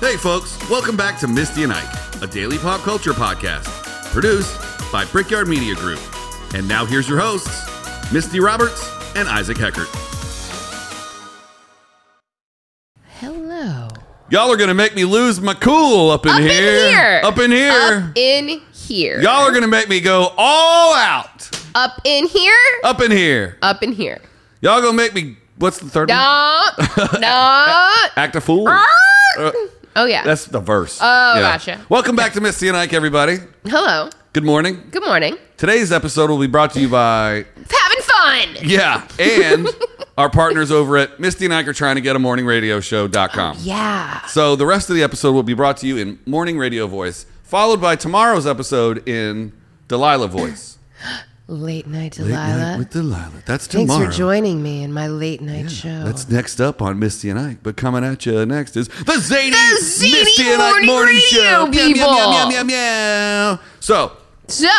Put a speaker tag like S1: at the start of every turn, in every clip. S1: Hey, folks, welcome back to Misty and Ike, a daily pop culture podcast produced by Brickyard Media Group. And now here's your hosts, Misty Roberts and Isaac Heckert.
S2: Hello.
S1: Y'all are going to make me lose my cool up in,
S2: Up in
S1: here.
S2: here.
S1: Up in here.
S2: Up in here.
S1: Y'all are going to make me go all out.
S2: Up in here.
S1: Up in here.
S2: Up in here.
S1: Y'all going to make me, what's the third one?
S2: No. No.
S1: Act a fool. Uh,
S2: Oh yeah.
S1: that's the verse.
S2: Ah. Oh, gotcha.
S1: Welcome back to Misty and Ike, everybody.
S2: Hello.
S1: Good morning.
S2: Good morning.
S1: Today's episode will be brought to you by
S2: Having fun.
S1: Yeah. And our partners over at Misty and Ike are trying to get a morningradioshow.com.
S2: Yeah.
S1: So the rest of the episode will be brought to you in morning radio voice, followed by tomorrow's episode in Delilah voice.
S2: Late night,
S1: Late night
S2: Delilah.
S1: with Delilah. That's
S2: Thanks
S1: tomorrow.
S2: for joining me in my late night show.
S1: That's next up on Misty and Ike. But coming at you next is the zany,
S2: The zany
S1: Misty and Ike
S2: morning
S1: morning
S2: radio,
S1: show. Meow,
S2: people.
S1: Meow, meow, meow, meow, meow. So,
S2: so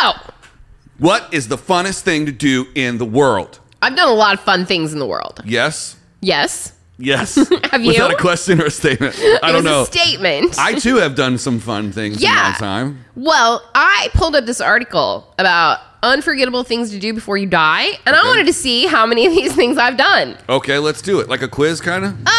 S1: what is the funnest thing to do in the world?
S2: I've done a lot of fun things in the world.
S1: Yes.
S2: Yes.
S1: Yes.
S2: Have you?
S1: Without a question or a statement. I
S2: it
S1: don't
S2: was
S1: know.
S2: A statement.
S1: I too have done some fun things in
S2: Yeah.
S1: my time.
S2: Well, I pulled up this article about unforgettable things to do before you die, and I
S1: Okay.
S2: wanted to see how many of these things I've done.
S1: Okay, let's do it. Like a quiz, kind of.
S2: Uh,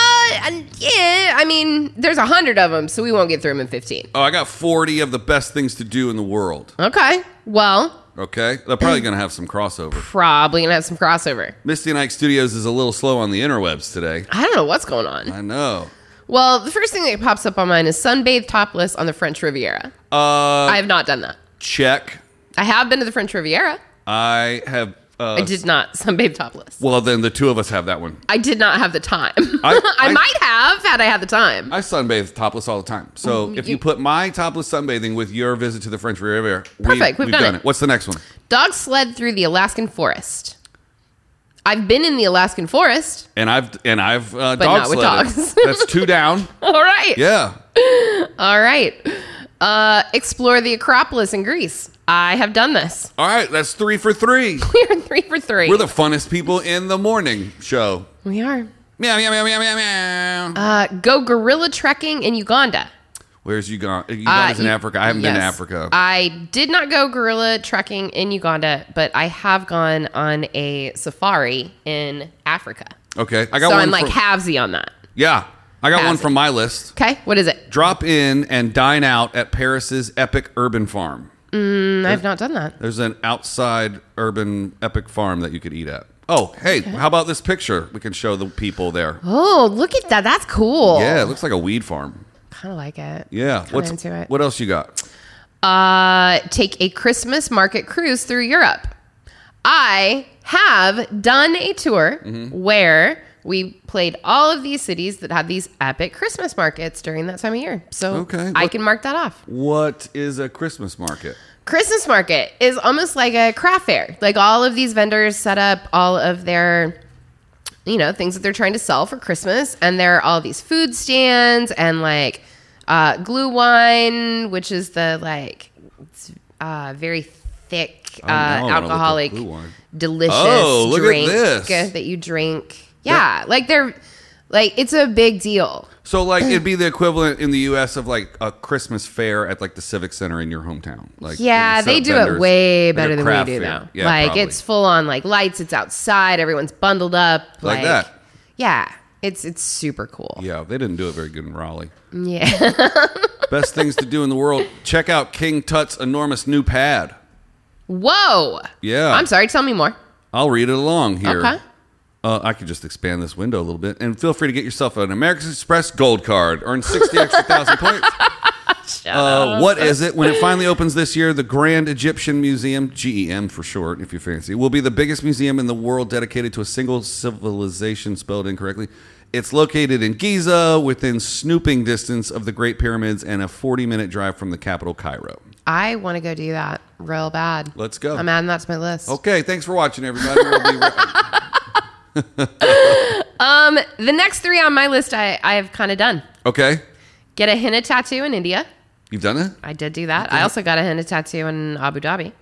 S2: and yeah, I mean, there's a hundred of them, so we won't get through them in 15.
S1: Oh, I got 40 of the best things to do in the world.
S2: Okay. Well,
S1: Okay, they're probably going to have some crossover.
S2: probably gonna have some crossover.
S1: Misty and Ike Studios is a little slow on the interwebs today.
S2: I don't know what's going on.
S1: I know.
S2: Well, the first thing that pops up on mine is sunbathe topless on the French Riviera.
S1: Uh,
S2: I have not done that.
S1: check.
S2: I have been to the French Riviera.
S1: I have. Uh,
S2: I did not sunbathe topless.
S1: well, then the two of us have that one.
S2: I did not have the time.
S1: I-
S2: I,
S1: I-
S2: might have had I had the time.
S1: I sunbathe topless all the time. So if you,
S2: Mm-hmm. you-
S1: put my topless sunbathing with your visit to the French Riviera,
S2: Perfect, we've done it.
S1: What's the next one?
S2: Dog sled through the Alaskan forest. I've been in the Alaskan forest.
S1: And I've and I've uh,
S2: But
S1: dog
S2: not with
S1: sledded.
S2: dogs.
S1: That's two down.
S2: All right.
S1: Yeah.
S2: All right. Uh, explore the Acropolis in Greece. I have done this.
S1: All right, that's three for three.
S2: We are three for 3
S1: We're the funnest people in the morning show.
S2: we are.
S1: Meow meow meow meow meow meow.
S2: Uh, go gorilla trekking in Uganda.
S1: Where's Uganda?
S2: Uh,
S1: Uganda's in Africa. I haven't been to
S2: yes. Uh,
S1: Africa.
S2: I did not go gorilla trekking in Uganda, but I have gone on a safari in Africa.
S1: okay, I got
S2: So
S1: one.
S2: I'm like
S1: from-
S2: halvesy on that.
S1: yeah, I got
S2: Half
S1: one
S2: it.
S1: from my list.
S2: Okay, what is it?
S1: Drop in and dine out at Paris's Epic Urban Farm.
S2: Mm, I've not done that.
S1: There's an outside urban epic farm that you could eat at. Oh, hey, how about this picture? We can show the people there.
S2: Oh, look at that. That's cool.
S1: Yeah, it looks like a weed farm.
S2: Kind of like it.
S1: Yeah,
S2: Kinda
S1: what's
S2: into it.
S1: what else you got?
S2: Uh, take a Christmas market cruise through Europe. I have done a tour
S1: Mm-hmm.
S2: where we played all of these cities that had these epic Christmas markets during that time of year. So
S1: Okay,
S2: I
S1: what-
S2: can mark that off.
S1: What is a Christmas market?
S2: Christmas market is almost like a craft fair. Like all of these vendors set up all of their you know, things that they're trying to sell for Christmas and there are all these food stands and like uh glue wine, which is the like it's, uh very thick uh
S1: now I wanna look up
S2: alcoholic
S1: glue wine.
S2: delicious
S1: Oh, look at
S2: drink
S1: this.
S2: uh, that you drink. Yeah, like they're like it's a big deal.
S1: So like it'd be the equivalent in the U.S. of like a Christmas fair at like the civic center in your hometown. Like
S2: Yeah,
S1: you set
S2: they
S1: up
S2: do
S1: vendors,
S2: it way
S1: like a
S2: better than we
S1: craft
S2: do,
S1: fair.
S2: though.
S1: Yeah,
S2: like
S1: probably.
S2: it's full on like lights. It's outside. Everyone's bundled up.
S1: Like that.
S2: Yeah, it's it's super cool.
S1: yeah, they didn't do it very good in Raleigh.
S2: Yeah.
S1: Best things to do in the world. Check out King Tut's enormous new pad.
S2: Whoa.
S1: Yeah.
S2: I'm sorry. Tell me more.
S1: I'll read it along here.
S2: Okay.
S1: Uh, I could just expand this window a little bit, and feel free to get yourself an American Express Gold Card. Earn sixty extra thousand points.
S2: Oh.
S1: Uh, what is it? When it finally opens this year, the Grand Egyptian Museum, GEM for short, if you fancy, will be the biggest museum in the world dedicated to a single civilization spelled incorrectly. It's located in Giza, within snooping distance of the Great Pyramids, and a 40 minute drive from the capital, Cairo.
S2: I want to go do that real bad.
S1: Let's go. Oh.
S2: I'm adding that to my list.
S1: Okay, thanks for watching, everybody. We'll be right-
S2: Um, the next three on my list, I I have kind of done.
S1: okay,
S2: Get a henna tattoo in India.
S1: you've done it?
S2: I did do that. I also got a henna tattoo in Abu Dhabi.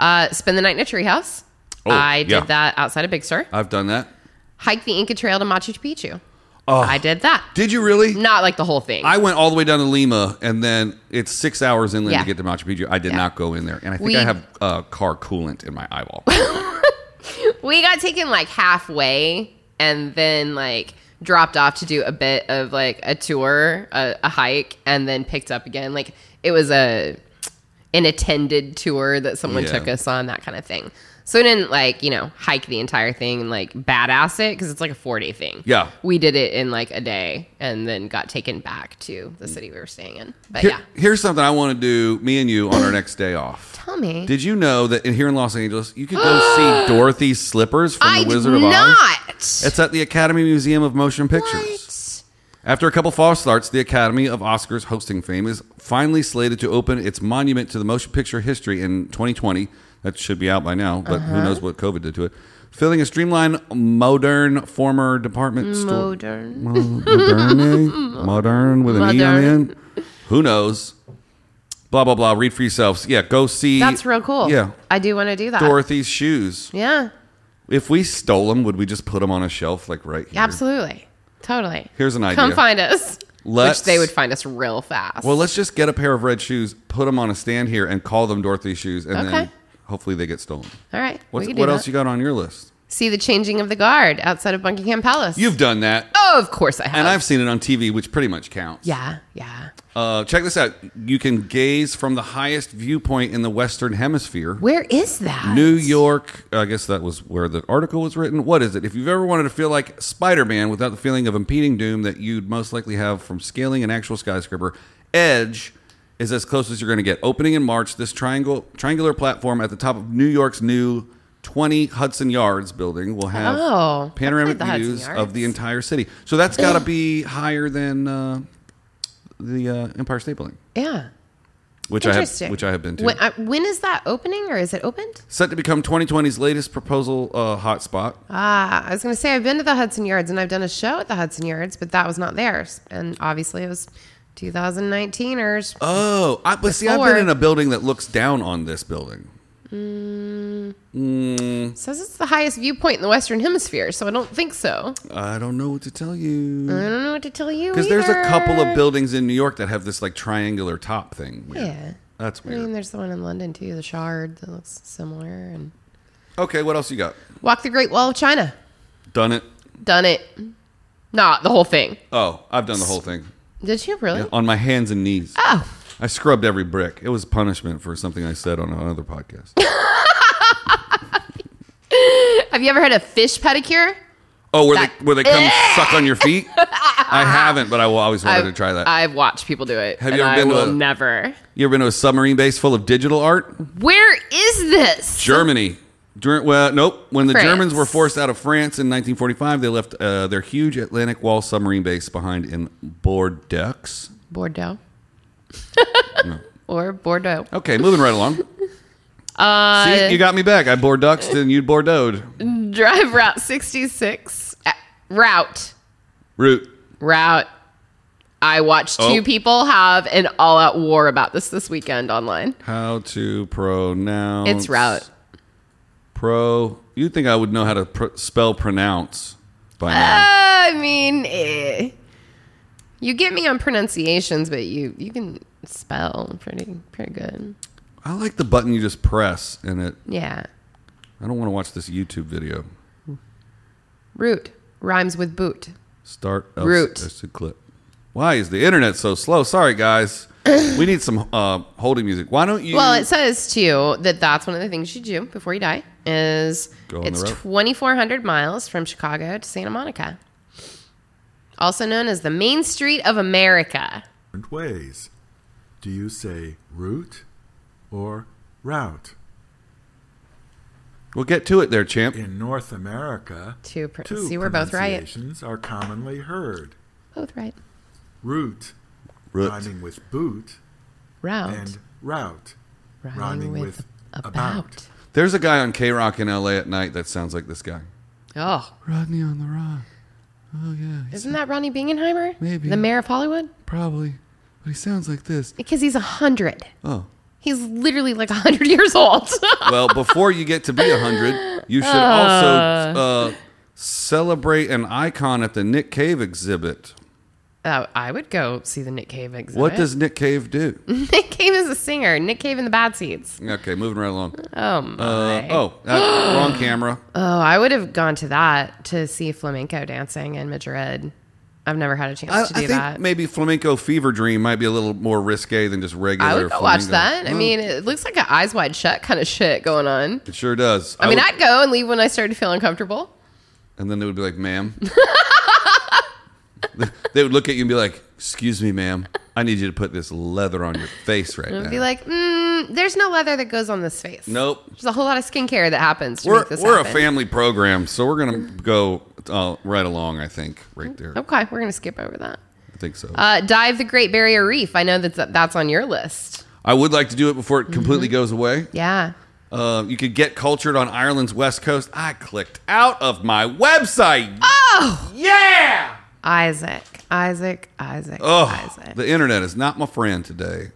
S2: Uh, spend the night in a treehouse.
S1: Oh,
S2: I did
S1: yeah.
S2: that outside of Big Sur.
S1: I've done that.
S2: Hike the Inca Trail to Machu Picchu. I did that.
S1: Did you really?
S2: Not like the whole thing.
S1: I went all the way down to Lima, and then it's six hours inland
S2: Yeah.
S1: to get to Machu Picchu. I did
S2: Yeah.
S1: not go in there, and I think
S2: We-
S1: I have uh, car coolant in my eyeball.
S2: we got taken like halfway and then like dropped off to do a bit of like a tour, a, a hike, and then picked up again. Like it was a an attended tour that someone
S1: Yeah.
S2: took us on, that kind of thing. So we didn't like you know hike the entire thing and like badass it because it's like a four day thing.
S1: Yeah.
S2: we did it in like a day and then got taken back to the city we were staying in. But
S1: Here-
S2: yeah,
S1: Here's something I want to do, me and you, on our next day off.
S2: tell me,
S1: Did you know that in, here in Los Angeles, you could go see Dorothy's slippers from
S2: I
S1: The Wizard
S2: did
S1: of Oz?
S2: not.
S1: It's at the Academy Museum of Motion Pictures.
S2: What?
S1: After a couple false starts, the Academy of Oscars hosting fame is finally slated to open its monument to the motion picture history in 2020. That should be out by now, but who
S2: Uh-huh.
S1: knows what COVID did to it. Filling a streamlined, modern former department store.
S2: Modern.
S1: Modern. eh? modern with an E on the
S2: Modern.
S1: end. Who knows? Blah, blah, blah. Read for yourselves. Yeah, go see.
S2: That's real cool.
S1: Yeah.
S2: I do want to do that.
S1: Dorothy's shoes.
S2: Yeah.
S1: If we stole them, would we just put them on a shelf like right here?
S2: Absolutely. Totally.
S1: Here's an
S2: Come
S1: idea.
S2: find us.
S1: Let's-
S2: Which they would find us real fast.
S1: Well, let's just get a pair of red shoes, put them on a stand here, and call them Dorothy's shoes, and then
S2: Okay.
S1: hopefully they get stolen.
S2: All right.
S1: What's,
S2: we can
S1: what
S2: do
S1: else
S2: that.
S1: you got on your list?
S2: See the changing of the guard outside of Buckingham Palace.
S1: You've done that,
S2: Oh, of course I have.
S1: and I've seen it on TV, which pretty much counts.
S2: Yeah. Yeah.
S1: Uh, check this out. You can gaze from the highest viewpoint in the Western Hemisphere.
S2: Where is that?
S1: New York, I guess that was where the article was written. What is it? If you've ever wanted to feel like Spider Man without the feeling of impeding doom that you'd most likely have from scaling an actual skyscraper, Edge is as close as you're going to get. Opening in March, this triangle triangular platform at the top of New York's new 20 Hudson Yards building will have
S2: Oh, I
S1: panoramic
S2: played the Hudson
S1: views of
S2: Yards.
S1: the entire city. So that's got to be higher than uh, the uh, Empire State Building,
S2: Yeah.
S1: which I have,
S2: Interesting.
S1: which I have been to.
S2: When, uh, when is that opening or is it opened?
S1: Set to become 2020's latest proposal uh, hotspot.
S2: Ah, I was going to say I've been to the Hudson Yards and I've done a show at the Hudson Yards, but that was not theirs. And obviously it was 2019ers.
S1: Oh, I, but see, I've
S2: Before-
S1: been in a building that looks down on this building. Um,
S2: Says it's the highest viewpoint in the Western Hemisphere, so I don't think so.
S1: I don't know what to tell you
S2: I don't know what to tell you.
S1: because Mm. there's a couple
S2: either.
S1: of buildings in New York that have this like triangular top thing. Weird.
S2: Yeah.
S1: that's
S2: I mean,
S1: weird.
S2: there's the one in London too, the Shard that looks similar. And
S1: Okay, what else you got?
S2: walk the Great Wall of China.
S1: Done it.
S2: Done it. Not the whole thing.
S1: Oh, I've done the whole thing
S2: Did you really?
S1: on my hands and knees.
S2: Oh,
S1: I scrubbed every brick. It was punishment for something I said on another podcast.
S2: have you ever had a fish pedicure?
S1: Oh, where
S2: That-
S1: they where they come suck on your feet? I haven't, but I will- always wanted to try that.
S2: I've watched people do it.
S1: Have
S2: and
S1: you ever
S2: I
S1: been to
S2: will
S1: a-
S2: never.
S1: you ever been to a submarine base full of digital art?
S2: Where is this?
S1: Germany. Dur- well, nope. When the
S2: France.
S1: Germans were forced out of France in 1945, they left uh, their huge Atlantic Wall submarine base behind in Bordeaux.
S2: Bordeaux. or Bordeaux.
S1: Okay, moving right along. Uh, See, you got me back. I Bordeauxed and you Bordeauxed.
S2: Drive Route 66. Uh, route.
S1: Root.
S2: route. I watched two
S1: Oh.
S2: people have an all out war about this this weekend online.
S1: How to pronounce?
S2: It's route.
S1: Pro. You'd think I would know how to pr- spell pronounce
S2: Uh.
S1: by now.
S2: I mean, eh. you get me on pronunciations, but you you can spell pretty pretty good.
S1: I like the button you just press, and it.
S2: Yeah,
S1: I don't want to watch this YouTube video.
S2: root rhymes with boot.
S1: Start else
S2: Root.
S1: exit clip. Why is the internet so slow? Sorry, guys. we need some uh, holding music. Why don't you?
S2: Well, it says too that that's one of the things you do before you die is
S1: Go on the
S2: it's
S1: road.
S2: 2400 miles from Chicago to Santa Monica. Also known as the Main Street of America.
S3: different ways. Do you say route or route?
S1: we'll get to it there, champ.
S3: In North America,
S2: Two, pr-
S3: two
S2: see, we're both right.
S3: pronunciations are commonly heard.
S2: Both right.
S3: Route,
S1: Root.
S3: rhyming with boot,
S2: Route.
S3: and route,
S2: rhyming,
S3: with about.
S1: There's a guy on K Rock in L.A. at night that sounds like this guy.
S2: Oh,
S1: Rodney on the rock. Oh yeah,
S2: isn't that Ronnie Bingenheimer?
S1: Maybe.
S2: The mayor of Hollywood?
S1: probably. But he sounds like this.
S2: Because he's a 100.
S1: Oh.
S2: He's literally like a 100 years old.
S1: Well, before you get to be a hundred, you should also uh, Celebrate an icon at the Nick Cave exhibit.
S2: Uh, I would go see the Nick Cave exhibit.
S1: What does Nick Cave do?
S2: Nick Cave is a singer? Nick Cave in the Bad Seeds.
S1: okay, moving right along.
S2: Oh
S1: Uh,
S2: my!
S1: oh, uh, wrong camera.
S2: oh, I would have gone to that to see flamenco dancing in Madrid. I've never had a chance
S1: I, I
S2: to do
S1: think
S2: that.
S1: maybe Flamenco Fever Dream might be a little more risque than just regular.
S2: I would go watch
S1: flamenco.
S2: that. I
S1: Well,
S2: mean, it looks like an eyes wide shut kind of shit going on.
S1: it sure does.
S2: I, mean,
S1: would-
S2: I'd go and leave when I started to feel uncomfortable.
S1: And then they would be like, ma'am. they would look at you and be like, excuse me, ma'am. I need you to put this leather on your face right
S2: I'd
S1: now.
S2: be like, mm, there's no leather that goes on this face.
S1: nope.
S2: There's a whole lot of skincare that happens to
S1: We're,
S2: make this
S1: we're a
S2: happen.
S1: family program, so we're going to go uh, right along, I think, right there.
S2: Okay, we're going to skip over that.
S1: I think so.
S2: Uh, dive the Great Barrier Reef. I know that that's on your list.
S1: I would like to do it before it completely
S2: mm-hmm.
S1: goes away.
S2: Yeah.
S1: Uh, you could get cultured on Ireland's west coast. I clicked out of my website.
S2: Oh! Isaac, Isaac, Isaac,
S1: Oh,
S2: Isaac.
S1: the internet is not my friend today.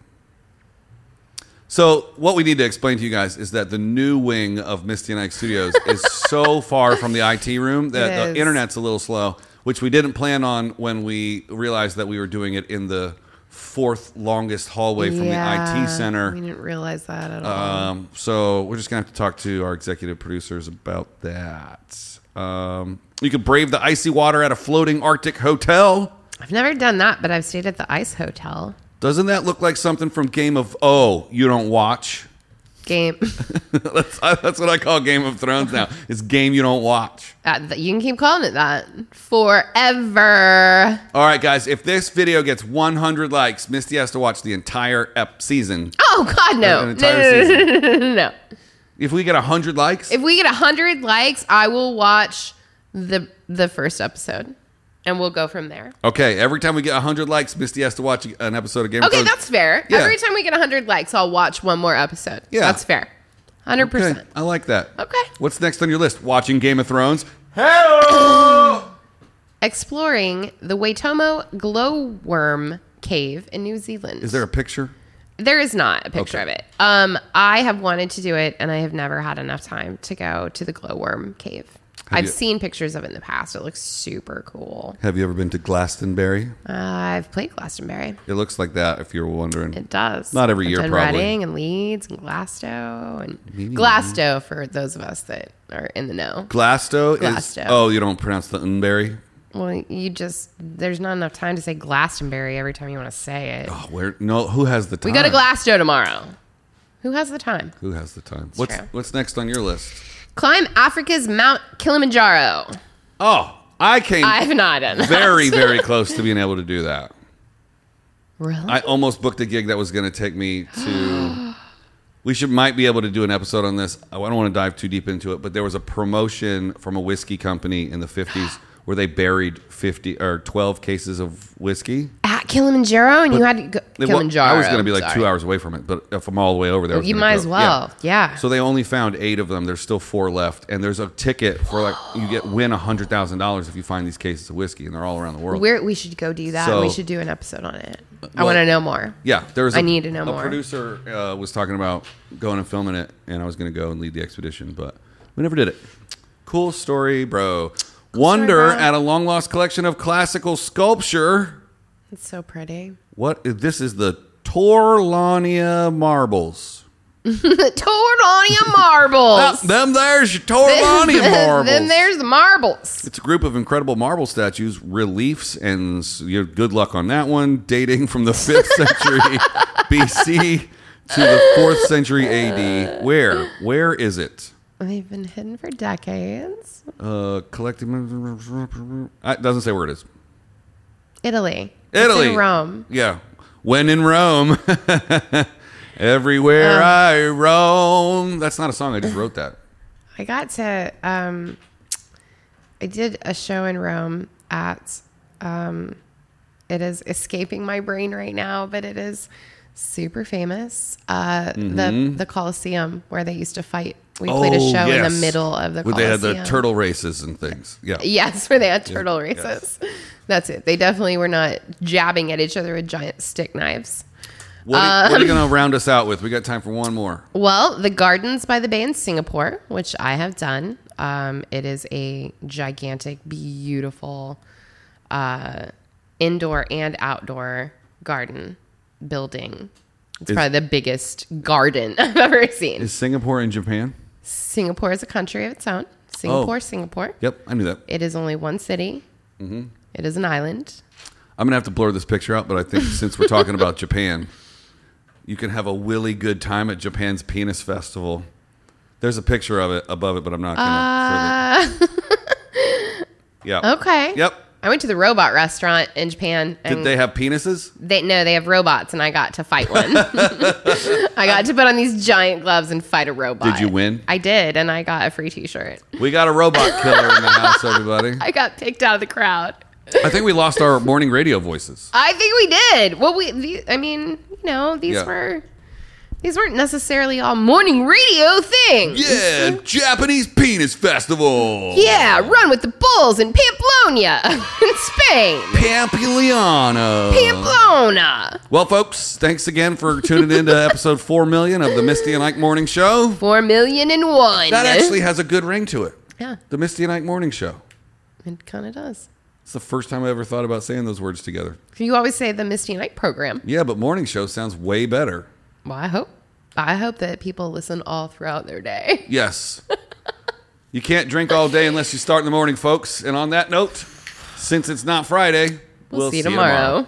S1: So, what we need to explain to you guys is that the new wing of Misty and Ike Studios is so far from the IT room that
S2: It
S1: the
S2: is.
S1: internet's a little slow, which we didn't plan on when we realized that we were doing it in the fourth longest hallway from the
S2: Yeah,
S1: IT center.
S2: We didn't realize that at all.
S1: Um, so we're just gonna have to talk to our executive producers about that. Um, you could brave the icy water at a floating Arctic hotel.
S2: I've never done that, but I've stayed at the Ice Hotel.
S1: Doesn't that look like something from Game of Oh you don't watch?
S2: Game.
S1: that's I, that's what I call Game of Thrones now. It's game you don't watch.
S2: Uh, th- you can keep calling it that forever.
S1: All right, guys. If this video gets 100 likes, Misty has to watch the entire ep season.
S2: Oh God,
S1: An
S2: no, no,
S1: entire
S2: no, no,
S1: season.
S2: no, no, no, no.
S1: If we get 100 likes,
S2: If we get hundred likes, I will watch the the first episode, and we'll go from there.
S1: okay. Every time we get 100 likes, Misty has to watch an episode of Game
S2: Okay,
S1: of Thrones.
S2: that's fair.
S1: Yeah.
S2: Every time we get hundred likes, I'll watch one more episode.
S1: Yeah.
S2: that's fair. Hundred
S1: Okay,
S2: percent.
S1: I like that.
S2: Okay.
S1: What's next on your list? Watching Game of Thrones.
S2: Exploring the Waitomo glowworm cave in New Zealand.
S1: Is there a picture?
S2: There is not a picture
S1: Okay.
S2: of it. Um, I have wanted to do it, and I have never had enough time to go to the glowworm cave.
S1: Have
S2: I've
S1: you-
S2: seen pictures of it in the past. It looks super cool.
S1: Have you ever been to Glastonbury?
S2: Uh, I've played Glastonbury.
S1: It looks like that. If you were wondering,
S2: It does.
S1: Not every
S2: I've
S1: year,
S2: done
S1: probably.
S2: Reading and Leeds and Glasgow and Glasgow for those of us that are in the know.
S1: Glasto,
S2: Glasto.
S1: is. Oh, you don't pronounce the unberry.
S2: Well, you just there's not enough time to say Glastonbury every time you want to say it.
S1: Oh, where? No, who has the time?
S2: we go to Glasgow tomorrow. Who has the time?
S1: Who has the time? What's
S2: true.
S1: What's next on your list?
S2: Climb Africa's Mount Kilimanjaro.
S1: Oh, I came
S2: I've not done that.
S1: very, very close to being able to do that.
S2: Really?
S1: I almost booked a gig that was going to take me to. We should might be able to do an episode on this. I don't want to dive too deep into it, but there was a promotion from a whiskey company in the fifties where they buried fifty or twelve cases of whiskey.
S2: At Kilimanjaro, and you had to go,
S1: It wa-
S2: Kilimanjaro.
S1: I was going to be like two
S2: sorry.
S1: hours away from it, but if I'm all the way over there, I was
S2: You
S1: gonna
S2: might
S1: go.
S2: as well. Yeah.
S1: So they only found eight of them. There's still four left, and there's a ticket for like you get win hundred thousand dollars if you find these cases of whiskey, and they're all around the world.
S2: We're, we should go do that. and we
S1: So-
S2: should do an episode on it. I
S1: well-
S2: want to know more.
S1: Yeah, there was.
S2: I
S1: a-
S2: need to know
S1: a
S2: more.
S1: Producer uh, was talking about going and filming it, and I was going to go and lead the expedition, but we never did it. Cool story, bro. Wonder
S2: bro.
S1: at a long lost collection of classical sculpture.
S2: It's so pretty.
S1: What this is the Torlonia marbles.
S2: The Tordonia marbles.
S1: Them there's your Torlonia marbles.
S2: then there's the marbles.
S1: It's a group of incredible marble statues, reliefs, and s- you know, good luck on that one, dating from the 5th century BC to the 4th century AD. Where? Where is it?
S2: They've been hidden for decades.
S1: Uh, collecting. Uh, It doesn't say where it is.
S2: Italy. It's in
S1: Italy.
S2: Rome.
S1: Yeah. When in Rome.
S2: Oh.
S1: Everywhere I roam. That's not a song. I just wrote that.
S2: I got to. Um, I did a show in Rome at. Um, it is escaping my brain right now, but it is super famous. Uh, The the Colosseum where they used to fight. We played a
S1: Mm-hmm. Oh,
S2: show in
S1: yes.
S2: the middle of the.
S1: Where they had
S2: Colosseum.
S1: the turtle races and things. Yeah.
S2: Yes, where they had turtle
S1: yes.
S2: races. That's it. They definitely were not jabbing at each other with giant stick knives.
S1: What are, what are you
S2: um,
S1: going to round us out with? We got time for one more.
S2: Well, the gardens by the bay in Singapore, which I have done. Um, it is a gigantic, beautiful uh, indoor and outdoor garden building. It's
S1: Is-
S2: probably the biggest garden I've ever seen.
S1: Is Singapore in Japan?
S2: Singapore is a country of its own. Singapore,
S1: Oh.
S2: Singapore.
S1: Yep, I knew that.
S2: It is only one city.
S1: Mm-hmm.
S2: It is an island.
S1: I'm gonna have to blur this picture out, but I think since we're talking about Japan, you can have a willy good time at Japan's Penis Festival. There's a picture of it above it, but I'm not gonna. further- yeah.
S2: Uh, Okay.
S1: Yep.
S2: I went to the robot restaurant in Japan. And
S1: Did they have penises?
S2: They no, they have robots, and I got to fight one. I got to put on these giant gloves and fight a robot.
S1: Did you win?
S2: I did, and I got a free T-shirt.
S1: We got a robot killer in the house, everybody.
S2: I got picked out of the crowd.
S1: I think we lost our morning radio voices.
S2: I think we did. Well, we. The, I mean, you know, these
S1: Yeah.
S2: were these weren't necessarily all morning radio things.
S1: Yeah, Japanese Penis Festival.
S2: Yeah, run with the bulls in Pamplona, in Spain,
S1: Pampuliano.
S2: Pamplona.
S1: Well, folks, thanks again for tuning in to episode 4 million of the Misty and Ike Morning Show.
S2: Four million and one.
S1: That actually has a good ring to it.
S2: yeah,
S1: The Misty and Ike Morning Show.
S2: it kind of does.
S1: It's the first time I ever thought about saying those words together.
S2: You always say the Misty Night program.
S1: Yeah, but morning show sounds way better.
S2: Well, I hope. I hope that people listen all throughout their day.
S1: Yes. you can't drink all day unless you start in the morning, folks. And on that note, since it's not Friday,
S2: We'll, see, you tomorrow.